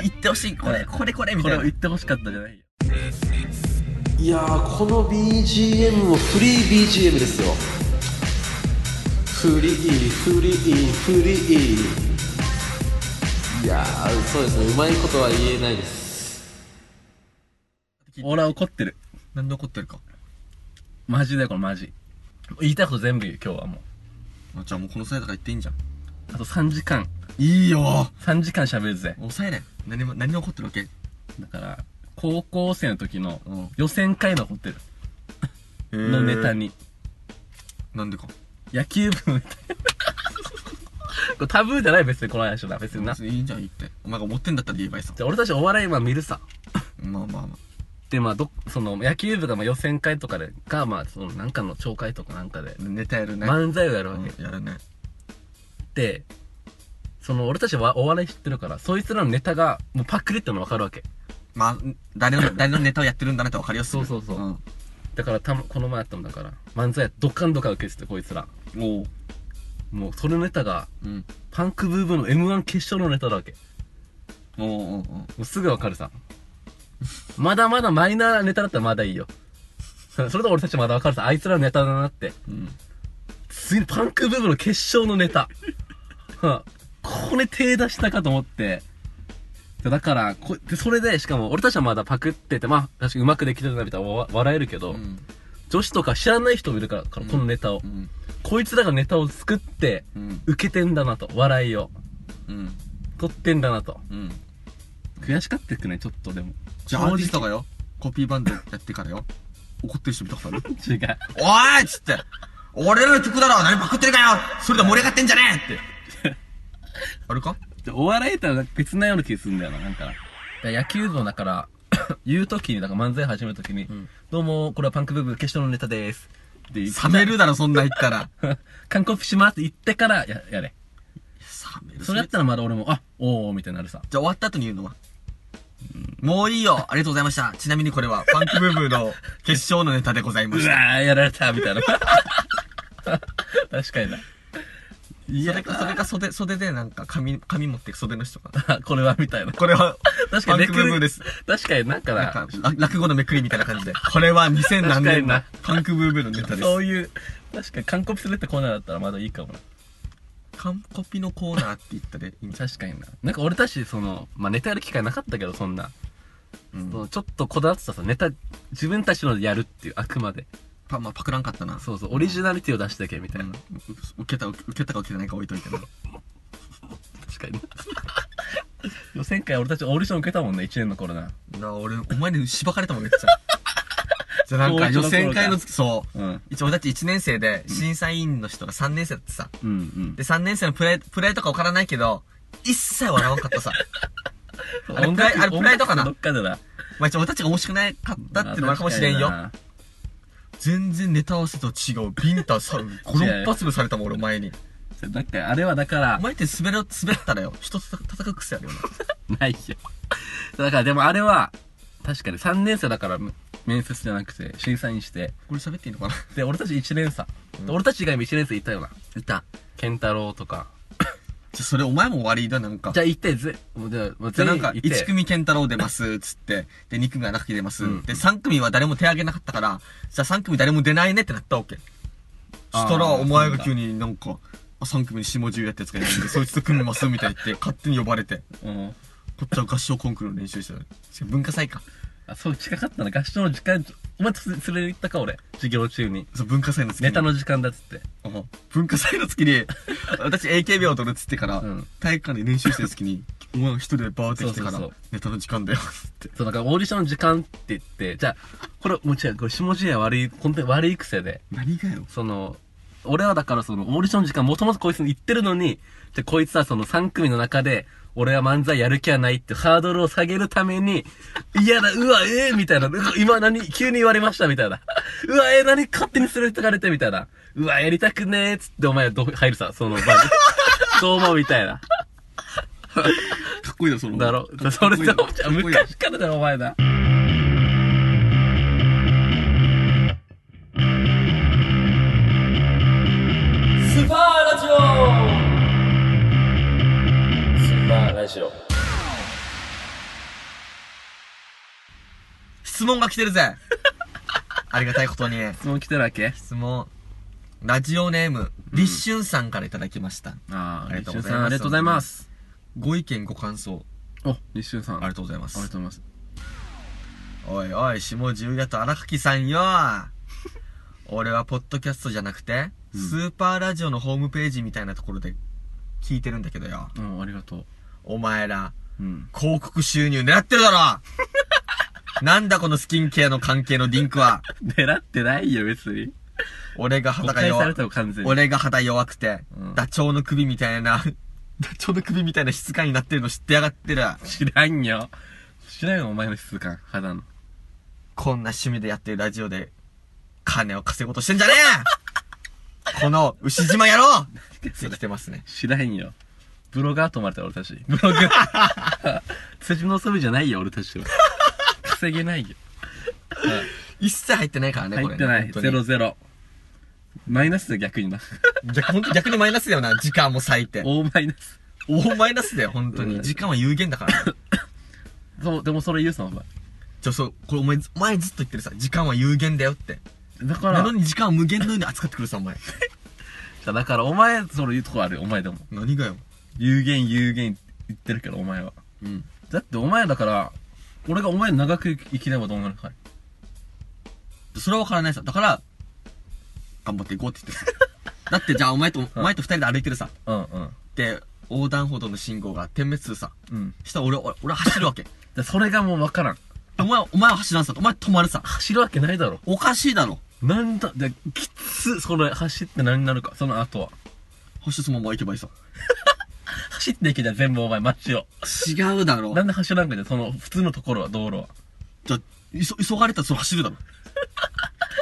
Speaker 3: 言ってほしい、これ、これ、これ、み
Speaker 2: こ
Speaker 3: た
Speaker 2: れ
Speaker 3: い
Speaker 2: を
Speaker 3: な
Speaker 2: 言。ってほしかったじゃないよ。
Speaker 4: いやーこの BGM もフリー BGM ですよフリーフリーフリーいやーそうですねうまいことは言えないです
Speaker 2: 俺は怒ってる。
Speaker 3: 何で怒ってるか。
Speaker 2: マジだよ、これマジ。言いたいこと全部言う、今日はもう。
Speaker 3: あじゃあもうこの際だから言っていいんじゃん。
Speaker 2: あと3時間。
Speaker 3: いいよ
Speaker 2: 3時間喋るぜ。
Speaker 3: 抑えれん。何も、何で怒ってるわけ
Speaker 2: だから、高校生の時の
Speaker 3: うん
Speaker 2: 予選会のホテルのネタ。に、
Speaker 3: なんでか。
Speaker 2: 野球部のネタ。これタブーじゃない別にこの話は別にな。
Speaker 3: 別
Speaker 2: じ
Speaker 3: にいいんじゃん、言って。お前が思ってんだったら言えばいいさ。
Speaker 2: ゃあ俺たちお笑いは見るさ。
Speaker 3: まあまあま
Speaker 2: で、まあ、ど、その、野球部がまあ予選会とかで、か、まあ、その、なんかの懲戒とかなんかで
Speaker 3: あ。、ネタやるね。
Speaker 2: 漫才をやるわ
Speaker 3: うん
Speaker 2: け。
Speaker 3: やるね。
Speaker 2: で、その、俺たちはお笑い知ってるから、そいつらのネタが、もうパクリってのわかるわけ。
Speaker 3: まあ、誰の、 [LAUGHS] 誰のネタをやってるんだなって分かりやすい。。
Speaker 2: そうそうそうんだからたま、この前やったもんだから、漫才ドカンドカン受けてて、こいつら。
Speaker 3: おう。
Speaker 2: もう、そのネタが、
Speaker 3: うん。
Speaker 2: パンクブーブーの M1 決勝のネタだわけ。も
Speaker 3: おうおうおう。
Speaker 2: うすぐわかるさ。まだまだマイナーなネタだったらまだいいよ。それと俺たちまだわかるさ。あいつらのネタだなって。
Speaker 3: うん。
Speaker 2: 次にパンクブーブーの決勝のネタ。はあここに手出したかと思って。でだからこ、でそれで、しかも俺たちはまだパクってて、まあ、確かにうまくできてるなみたいなわ笑えるけど、
Speaker 3: うん。
Speaker 2: 女子とか知らない人もいるから、からこのネタを、
Speaker 3: うん。
Speaker 2: こいつらがネタを作って、
Speaker 3: うん。
Speaker 2: 受けてんだなと。笑いを。
Speaker 3: うん。
Speaker 2: 取ってんだなと。
Speaker 3: うん。
Speaker 2: 悔しかったくないちょっとでも。
Speaker 3: じゃあアーティストがよ、コピーバンドやってからよ、怒ってる人見たことある [LAUGHS]
Speaker 2: 違う。
Speaker 3: おーいっつって、俺らの曲だろ何パクってるかよそれで盛り上がってんじゃねえって。
Speaker 2: [LAUGHS]
Speaker 3: あれか
Speaker 2: でお笑いとはなんか別なような気がするんだよな、なんか。だから野球部のだから、 [COUGHS] 言うときに、なんか漫才始めるときに、どうも、これはパンクブーブー決勝のネタです。で、
Speaker 3: 冷めるだろ、そんな言ったら。
Speaker 2: 韓国しますって言ってからや、やれ。
Speaker 3: 冷める。
Speaker 2: それやったらまだ俺も、あ、おー、みたいになるさ。
Speaker 3: じゃあ終わった後に言うのは。もういいよありがとうございました。ちなみにこれは、パンクブーブーの決勝のネタでございま
Speaker 2: う
Speaker 3: し
Speaker 2: わ
Speaker 3: た。
Speaker 2: ー、やられた、みたい [LAUGHS] な。確かにな。 [LAUGHS] い
Speaker 3: そ
Speaker 2: や
Speaker 3: れか、それか袖、袖でなんか髪、髪持ってく袖の人が。
Speaker 2: あこれは、みたいな。
Speaker 3: これは、
Speaker 2: 確
Speaker 3: パン
Speaker 2: かに、
Speaker 3: クブーブーです。
Speaker 2: 確かになんか
Speaker 3: なん
Speaker 2: な
Speaker 3: か、ら落語のめくりみたいな感じで。これは2000何年の
Speaker 2: 確
Speaker 3: パンクブーブーのネタです。
Speaker 2: そういう、確かに韓国するってコーナーだったらまだいいかもな。
Speaker 3: 完コピのコーナーって言ったでいいんじゃ
Speaker 2: 確かにな。なんか俺たち、その、まあ、ネタやる機会なかったけど、そんな。そのちょっとこだわってたさ、ネタ、自分たちのでやるっていう、あくまで。
Speaker 3: パ、まあ、パクらんかったな。
Speaker 2: そうそう、オリジナリティを出してけ、みたいな。
Speaker 3: うん。受けた、受けたか受けてないか置いといてな。
Speaker 2: 確か [LAUGHS] に。予選会俺たちオーディション受けたもんね、1年の頃な。
Speaker 3: なあ俺、お前にしばかれたもん、めっちゃ。じゃあなんか予選会の月、そう。
Speaker 2: うん。
Speaker 3: 一応俺たち1年生で、審査委員の人が3年生だってさ。
Speaker 2: うんうん
Speaker 3: で、。3年生のプレイ、プレイとかわからないけど、一切笑わんかったさ。あれ
Speaker 2: 音楽
Speaker 3: プライあれプライドかな
Speaker 2: 音楽どっかでな。
Speaker 3: まあ一応俺たちが面白くないかったっていうのもあるかもしれんよ。
Speaker 2: まあ。
Speaker 3: 全然ネタ合わせと違う。ビンタさ、5、6発もされたもん、俺、前に。
Speaker 2: 確かになだって、あれはだから
Speaker 3: お、前って滑る、滑ったらよ、人と戦う癖あるよな。
Speaker 2: ないよ。だからでもあれは、確かに3年生だから、面接じゃなくて、審査員して。
Speaker 3: これ喋っていいのかな
Speaker 2: で、俺たち1年差。で俺たち以外も1年生いたよな。
Speaker 3: いた。
Speaker 2: ケンタロウとか。
Speaker 3: じゃ、それお前も終わりだ、なんか。
Speaker 2: じ
Speaker 3: じ
Speaker 2: ゃあ行って、ぜ、もうじゃあ、もう
Speaker 3: ゃ、
Speaker 2: 全員
Speaker 3: な
Speaker 2: 行
Speaker 3: んか、
Speaker 2: って
Speaker 3: 1組健太郎出ます、つって。で、2組は中木出ます。
Speaker 2: うん
Speaker 3: で、3組は誰も手挙げなかったから、じゃあ3組誰も出ないねってなったわけ。そしたら、
Speaker 2: あー
Speaker 3: お前が急になんか、あ3組に下重やったやつがいる
Speaker 2: [LAUGHS]
Speaker 3: んで、そいつと組みます、みたいに言って、勝手に呼ばれて。
Speaker 2: うん。
Speaker 3: こっちは合唱コンクールの練習してたのしかも文化祭か。
Speaker 2: あ、そう、近かったな。合唱の時間、お前と連れ行ったか、俺。授業中に。
Speaker 3: そう、文化祭の月に。
Speaker 2: ネタの時間だっつって。
Speaker 3: うん文化祭の月に、 [LAUGHS] 私 AKB を踊るっつってから、
Speaker 2: うん
Speaker 3: 体育館で練習してる月に、お前が一人でバーって来てから、
Speaker 2: そうそうそう
Speaker 3: ネタの時間だよ、つって。
Speaker 2: そう、なんかオーディションの時間って言って、じゃあ、これ、もう違う、これ下地や悪い、本当に悪い癖で。
Speaker 3: 何がよ。
Speaker 2: その、俺はだからその、オーディションの時間もともとこいつに言ってるのに、じゃあこいつはその3組の中で、俺は漫才やる気はないってハードルを下げるために、嫌だ、うわ、ええみたいな、うわ今何、急に言われました、みたいな。うわ、ええ何、勝手に連れてかれて、みたいな。うわ、やりたくねえ、つってお前はど、入るさ、その場に。どう思うみたいな。
Speaker 3: かっこいいだ、その。
Speaker 2: だろ。それ
Speaker 3: いい
Speaker 2: と
Speaker 3: な
Speaker 2: も、じゃあ昔からだよ、お前だ。
Speaker 5: スパーラジオスパーラジオ
Speaker 3: 質問が来てるぜありがたいことに。
Speaker 2: 質問来てるわけ
Speaker 3: 質問。ラジオネーム、立春さんからいただきました。
Speaker 2: あ
Speaker 3: ありがとうございます
Speaker 2: さん、ありがとうございます。
Speaker 3: ご意見ご感想、
Speaker 2: お、西俊さん。
Speaker 3: ありがとうございま
Speaker 2: ありが
Speaker 3: す。
Speaker 2: とうございます。
Speaker 3: おいおい、下十夜と荒垣さんよ俺はポッドキャストじゃなくて、スーパーラジオのホームページみたいなところで聞いてるんだけどよ。
Speaker 2: うん、ありがとう。
Speaker 3: お前ら、
Speaker 2: うん。
Speaker 3: 広告収入狙ってるだろなんだこのスキンケアの関係のリンクは。
Speaker 2: [LAUGHS] 狙ってないよ、別に。
Speaker 3: 俺が
Speaker 2: 誤
Speaker 3: 肌が
Speaker 2: 解され
Speaker 3: 弱
Speaker 2: たよ、完全に。
Speaker 3: 俺が肌弱くて、
Speaker 2: うん
Speaker 3: ダチョウの首みたいな、 [LAUGHS] ダチョウの首みたいな質感になってるの知ってやがってる。
Speaker 2: 知らんよ。知らんよ、お前の質感、肌の。
Speaker 3: こんな趣味でやってるラジオで、金を稼ごうとしてんじゃね
Speaker 2: [LAUGHS]
Speaker 3: えこの牛島野郎って来てますね。
Speaker 2: 知らんよ。ブロガーと思われたよ俺たち。ブ [LAUGHS] ロガー。辻の遊びじゃないよ、俺たちは。稼げないよ。
Speaker 3: 一切入ってないからね、これ、ね。
Speaker 2: 入ってない、
Speaker 3: 本当に
Speaker 2: ゼロゼロ。マイナスだ、逆にな。
Speaker 3: 逆本当逆にマイナスだよな、時間も割いて。
Speaker 2: [LAUGHS] 大マイナス。
Speaker 3: 大マイナスだよ、本当
Speaker 2: う
Speaker 3: に。
Speaker 2: ん
Speaker 3: 時間は有限だ
Speaker 2: [LAUGHS]
Speaker 3: から。
Speaker 2: そう、でもそれ言うさ、お前。
Speaker 3: じゃあそう、これお前ず、お前ずっと言ってるさ、時間は有限だよって。
Speaker 2: だか
Speaker 3: な
Speaker 2: ら、
Speaker 3: の
Speaker 2: じ
Speaker 3: に時間は無限のように扱ってくるさ、お前。
Speaker 2: ゃだから、お前、それ言うとこあるよ、お前でも。
Speaker 3: 何がよ。
Speaker 2: 有限、有限言ってるけど、お前は。
Speaker 3: うん。
Speaker 2: だって、お前だから、俺がお前長く生きればどうなるか。
Speaker 3: それは分からないさ。だから、頑張っていこうって言
Speaker 2: [LAUGHS]
Speaker 3: ってるさ。だってじゃあお前と、お前と二人で歩いてるさ。
Speaker 2: うんうん。
Speaker 3: で、横断歩道の信号が点滅するさ。
Speaker 2: うん。
Speaker 3: したら俺、俺、俺走るわけ。
Speaker 2: でそれがもう分からん。
Speaker 3: お前、お前は走らんさ。お前止まるさ。
Speaker 2: 走るわけないだろ。
Speaker 3: おかしいだろ。
Speaker 2: なんだ、できつ、それ、走って何になるか、その後は。
Speaker 3: 走ってそのまま行けばいいさ。
Speaker 2: 走っていけじゃん全部お前、街を。
Speaker 3: 違うだろ
Speaker 2: なんで走らんかじゃん、その、普通のところは、道路は。
Speaker 3: じゃあ、急、急がれたらそれ走るだろ。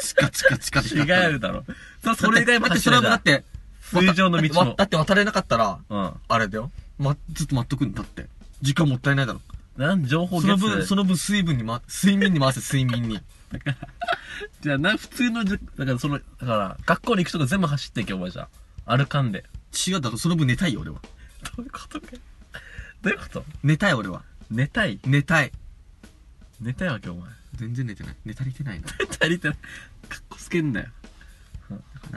Speaker 3: チカチカチカって光ったら
Speaker 2: 違うだろ。そ、 [LAUGHS] それ以外も
Speaker 3: だって、
Speaker 2: 走
Speaker 3: それ
Speaker 2: れ
Speaker 3: は
Speaker 2: じ
Speaker 3: だ
Speaker 2: ゃ
Speaker 3: っ
Speaker 2: ん。
Speaker 3: て、
Speaker 2: 通常の道
Speaker 3: わ
Speaker 2: も
Speaker 3: だ。って渡れなかったら、
Speaker 2: うん。
Speaker 3: あれだよ。ま、ずっと待っとくんだって。時間もったいないだろ。
Speaker 2: なん、情報
Speaker 3: そ
Speaker 2: ゲ
Speaker 3: の
Speaker 2: ッ
Speaker 3: 分、
Speaker 2: ツ
Speaker 3: その分水分にま、睡眠に回せ、睡眠に。
Speaker 2: じゃあ、な、普通のじゅ、だから、その、だから、学校に行くとこ全部走っていけ、お前じゃあ。歩かんで。
Speaker 3: 違うだろ、その分寝たいよ、俺は。
Speaker 2: どういうことかどういうこと
Speaker 3: 寝たい、俺は。
Speaker 2: 寝たい
Speaker 3: 寝たい。
Speaker 2: 寝たいわけ、お前。
Speaker 3: 全然寝てない。寝足りてないな。
Speaker 2: 足りてない。かっこつけんなよ。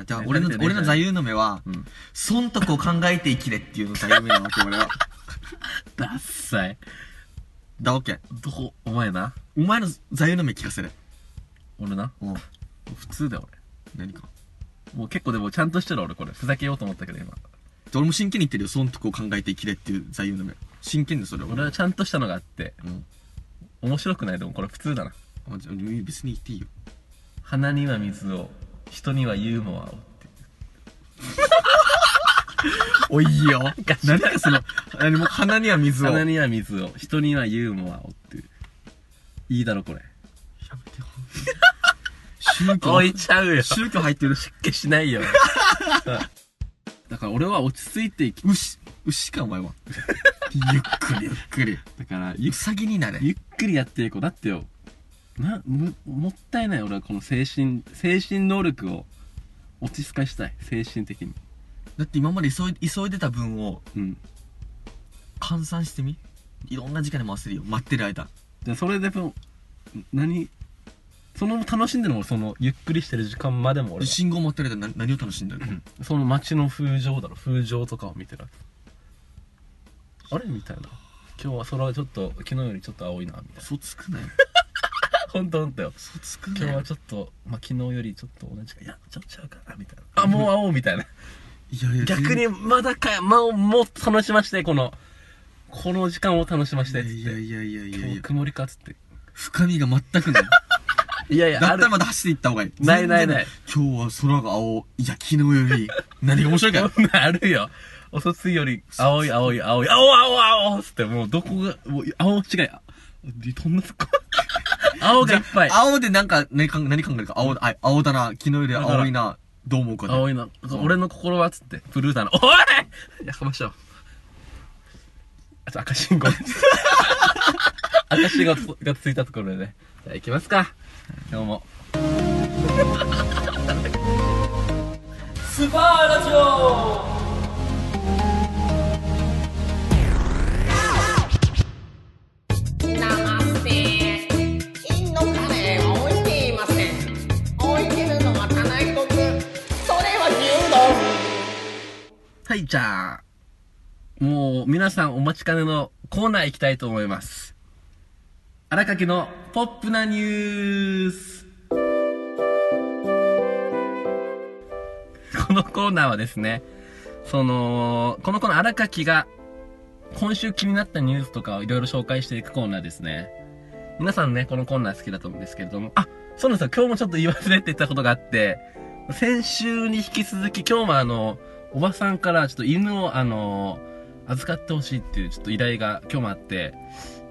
Speaker 3: じゃあ
Speaker 2: 寝、足
Speaker 3: 俺
Speaker 2: りて
Speaker 3: [LAUGHS] の
Speaker 2: ねえ、
Speaker 3: 俺の座右の目は
Speaker 2: うん、
Speaker 3: 損得を考えて生きれっていうの座右の目なわけ、俺は。
Speaker 2: ダッサい。
Speaker 3: だわけ。
Speaker 2: どこ、お前な。
Speaker 3: お前の座右の目聞かせる。
Speaker 2: 俺な。
Speaker 3: うん。
Speaker 2: 普通だよ、
Speaker 3: 何か。
Speaker 2: 俺。もう結構でもちゃんとしてる俺これ。ふざけようと思ったけど今。
Speaker 3: じゃあ俺も真剣に言ってるよ。損得を考えて生きれっていう座右の目。真剣でそれは。
Speaker 2: 俺はちゃんとしたのがあって、
Speaker 3: うん。
Speaker 2: 面白くないでもこれ普通だな。
Speaker 3: あじゃあ別に言っていいよ。
Speaker 2: 花には水を、人にはユーモアを。
Speaker 3: おいよ。何かその、何も鼻には水を。
Speaker 2: 花には水を、人にはユーモアをっていう。いいだろこれ。
Speaker 3: やめて、本当に宗教、
Speaker 2: 置いちゃうよ。失
Speaker 3: [LAUGHS] 宗教入ってるし、
Speaker 2: 敬しないよ。 [LAUGHS] だから俺は落ち着いて生き、
Speaker 3: 牛、牛か、お前は。 [LAUGHS] ゆっくり、ゆっくり。
Speaker 2: だからゆ
Speaker 3: うさぎになれ。
Speaker 2: ゆっくりやっていこう。だってよ、な、む、もったいない俺はこの精神、精神能力を落ち着かしたい。精神的に。
Speaker 3: だって今まで急い急いでた分を
Speaker 2: うん。
Speaker 3: 換算してみいろんな時間に回せるよ。待ってる間。
Speaker 2: じゃあそれでも何その楽しんでるのもそのゆっくりしてる時間までも俺は
Speaker 3: 信号待ってる間な何を楽しんでるの
Speaker 2: その街の風情だろ風情とかを見てるわけあれみたいな今日は空はちょっと昨日よりちょっと青いなみたい
Speaker 3: 嘘つくなよ。
Speaker 2: な [LAUGHS] 本当本当よ
Speaker 3: 嘘つく
Speaker 2: 今
Speaker 3: な
Speaker 2: 日
Speaker 3: よ
Speaker 2: は。ちょっと、まあ、昨日よりちょっと同じかいやちょっとちゃうかなみたいなあもう青みたいない
Speaker 3: やいや、
Speaker 2: 逆にまだかまあもう楽しましてこのこの時間を楽しまし
Speaker 3: 全
Speaker 2: てっつっ
Speaker 3: 然。
Speaker 2: て
Speaker 3: いやいやいやいやいや
Speaker 2: 今
Speaker 3: い
Speaker 2: 日
Speaker 3: や。
Speaker 2: 曇りかっつって
Speaker 3: 深みが全くない。
Speaker 2: [LAUGHS] いやいや
Speaker 3: だ
Speaker 2: あ
Speaker 3: ったら
Speaker 2: る
Speaker 3: まだ走っていった方がいい。
Speaker 2: ないないない
Speaker 3: 全然。今日は空が青。いや、昨日より。何が面
Speaker 2: [LAUGHS]
Speaker 3: 白いかよ。
Speaker 2: そんなあるよ。おとついより、青い青い青い、青青青青っつって、もうどこが、もう青違い。あどんなとこ青がいっぱい。
Speaker 3: 青でなんか、ね、かん何考えるか。青、あ青だな。昨日より青いな。どう思うかで。
Speaker 2: 青いの。俺の心はっつって、ブルーだな。おいやかましょう。あと赤信号。 [LAUGHS] 赤信号がついたところでね。じゃあ行きますか。今日も。
Speaker 5: スーパーラジオ
Speaker 6: ナマステ金のカレーは置いていません置いてるのは棚一つそれは牛丼
Speaker 2: はい、じゃあ、もう皆さんお待ちかねのコーナー行きたいと思います。荒垣のポップなニュース。 [LAUGHS] このコーナーはですね、その、この子の荒垣が今週気になったニュースとかをいろいろ紹介していくコーナーですね。皆さんね、このコーナー好きだと思うんですけれども、あ、そうなんですよ。今日もちょっと言い忘れてたことがあって、先週に引き続き、今日もあの、おばさんからちょっと犬をあの、預かってほしいっていうちょっと依頼が今日もあって、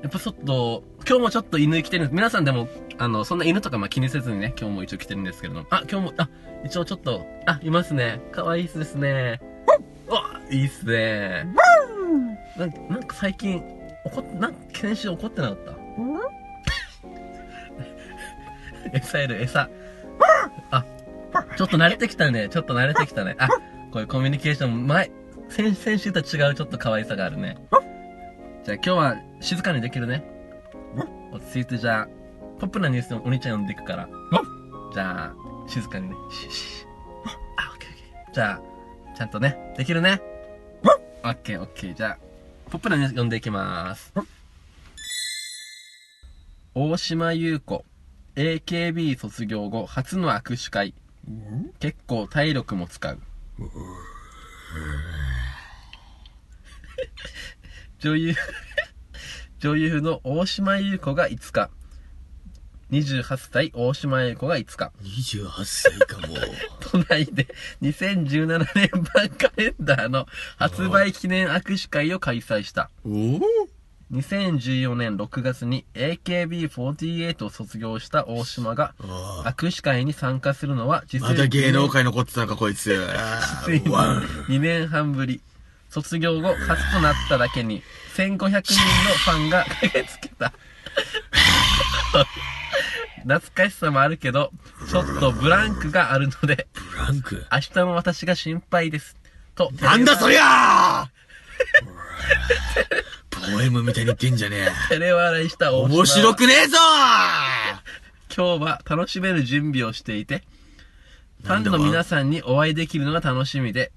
Speaker 2: やっぱちょっと、今日もちょっと犬来てるんです。皆さんでも、あの、そんな犬とかまあ気にせずにね、今日も一応来てるんですけれども、あ、今日も、あ、一応ちょっと、あ、いますね。かわいいっすですね。わ、いいっすね。なんか、なんか最近、怒っ、なんか先週怒ってなかった [LAUGHS] 餌いる、餌。あ、ちょっと慣れてきたね。ちょっと慣れてきたね。あ、こういうコミュニケーション、前、先先週と違うちょっと可愛さがあるね。じゃあ今日は静かにできるね。落ち着いてじゃあ、ポップなニュースのお兄ちゃん呼んでいくから。じゃあ、静かにね。シュッシュッあ、オッケーオッケー。じゃあ、ちゃんとね、できるね。オッケーオッケー。じゃあ、ポップなニュース呼んでいきます。大島優子、AKB 卒業後初の握手会。結構体力も使う。女優、女優の大島優子が5日、 28歳大島栄子が5日
Speaker 3: 28歳かも。
Speaker 2: 都内で2017年版カレンダーの発売記念握手会を開催した
Speaker 3: おお
Speaker 2: 2014年6月に AKB48 を卒業した大島が
Speaker 3: あ
Speaker 2: 握手会に参加するのは実
Speaker 3: まだ芸能界残ってたのか、こいつ。あ
Speaker 2: つい
Speaker 3: ー
Speaker 2: に
Speaker 3: ワン。
Speaker 2: [LAUGHS] 2年半ぶり卒業後初となっただけに1500人のファンが駆けつけた懐かしさもあるけどちょっとブランクがあるので
Speaker 3: ブランク。
Speaker 2: 明日も私が心配ですと
Speaker 3: なんだそりゃあポエムみたいに言ってんじゃねえ。
Speaker 2: 照れ笑いした大島は
Speaker 3: 面白くねえぞ
Speaker 2: 今日は楽しめる準備をしていてファンの皆さんにお会いできるのが楽しみで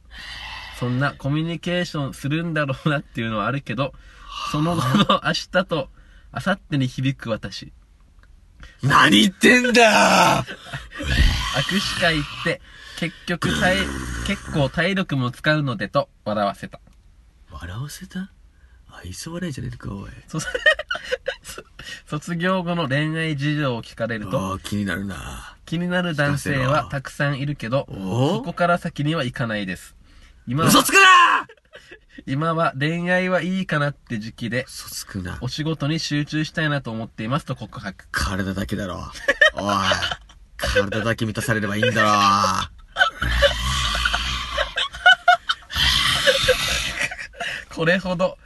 Speaker 2: そんなコミュニケーションするんだろうなっていうのはあるけどその後の明日と明後日に響く私
Speaker 3: 何言ってんだ
Speaker 2: 握手会って結局体結構体力も使うのでと笑わせた
Speaker 3: 笑わせた愛想笑いじゃねえか、おい。
Speaker 2: そ [LAUGHS] 卒業後の恋愛事情を聞かれると
Speaker 3: ああ、気になるな。
Speaker 2: 気になる男性はたくさんいるけど
Speaker 3: お
Speaker 2: そこから先には行かないです今は
Speaker 3: 嘘つくな
Speaker 2: 今は恋愛はいいかなって時期で
Speaker 3: 嘘つくな。
Speaker 2: お仕事に集中したいなと思っていますと告白
Speaker 3: 体だけだろ。おい。体だけ満たされればいいんだろ。 [LAUGHS]
Speaker 2: これほど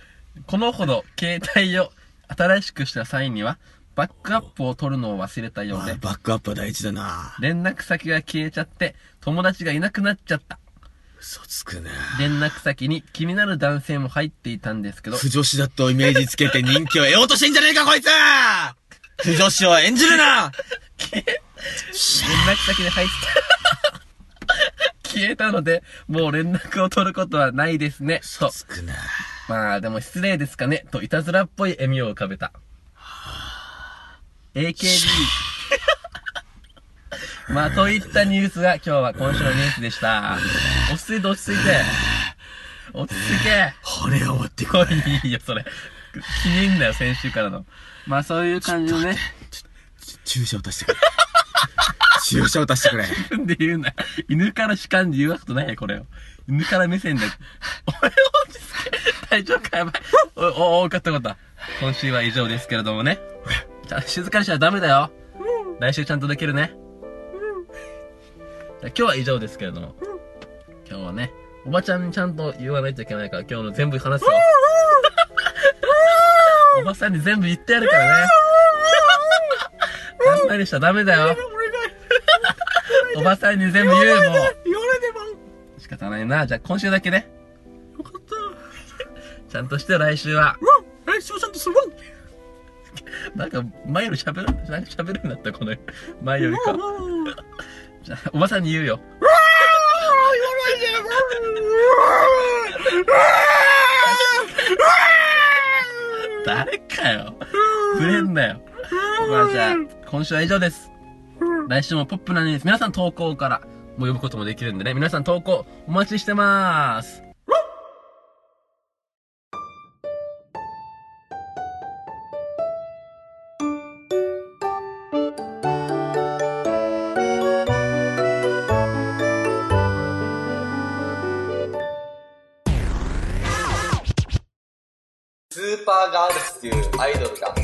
Speaker 2: このほど携帯を新しくした際にはバックアップを取るのを忘れたよう
Speaker 3: おい
Speaker 2: で
Speaker 3: バックアップは大事だな。
Speaker 2: 連絡先が消えちゃって友達がいなくなっちゃった
Speaker 3: 嘘つくな。
Speaker 2: 連絡先に気になる男性も入っていたんですけど
Speaker 3: 不女子だとイメージつけて人気を得ようとしてんじゃねえか、こいつ不女子を演じるな
Speaker 2: 連絡先に入った [LAUGHS] 消えたのでもう連絡を取ることはないですねと
Speaker 3: つくな。
Speaker 2: まあでも失礼ですかね、といたずらっぽい笑みを浮かべた。AKB。まあといったニュー [LAUGHS] スが今日は今週のニュースでした。落ち着いて落ち着いて。落ち着け。
Speaker 3: 骨を持ってこい。
Speaker 2: おいいいよ、それ。気に入んだよ、先週からの。まあそういう感じのね、
Speaker 3: 注射を足してくれ。注射を足してくれ。
Speaker 2: んで言うな。犬から主観で言うことないよ、これを。犬から目線で。お前落ち着け。大丈夫かやばい。おい、お、お、分かった分かった。今週は以上ですけれどもね。じゃあ静かにしちゃダメだよ。来週ちゃんとできるね。じゃあ今日は以上ですけれども。今日はね、おばちゃんにちゃんと言わないといけないから、今日の全部話すよ。おばさんに全部言ってやるからね。あんまりしちゃダメだよ。おばさんに全部言う
Speaker 3: 言わ
Speaker 2: もう。
Speaker 3: れでも
Speaker 2: 仕方ないな。じゃあ今週だけね。
Speaker 3: よかっ
Speaker 2: ちゃんとしてよ来週は。
Speaker 3: た。来週ちゃんとするわ。
Speaker 2: なんか、前より喋る、なんか喋るようになった、この、前よりか。じゃあ、おばさんに言うよ。 [LAUGHS] 誰かよ。触れんなよ。まあじゃあ、今週は以上です。来週もポップなニュース、皆さん投稿から、もう呼ぶこともできるんでね、皆さん投稿、お待ちしてまーす。
Speaker 7: スーパーガールズっていうアイドルが、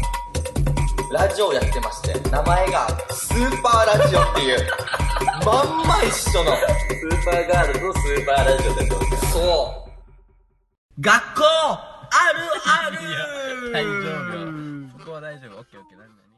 Speaker 7: ラジオをやってまして、名前がスーパーラジオっていう、まんま一緒の、スーパーガールズのスーパーラジオです。そう。
Speaker 3: 学校あるある
Speaker 2: 大丈夫よ。そこは大丈夫。オッケーオッケー。なんだ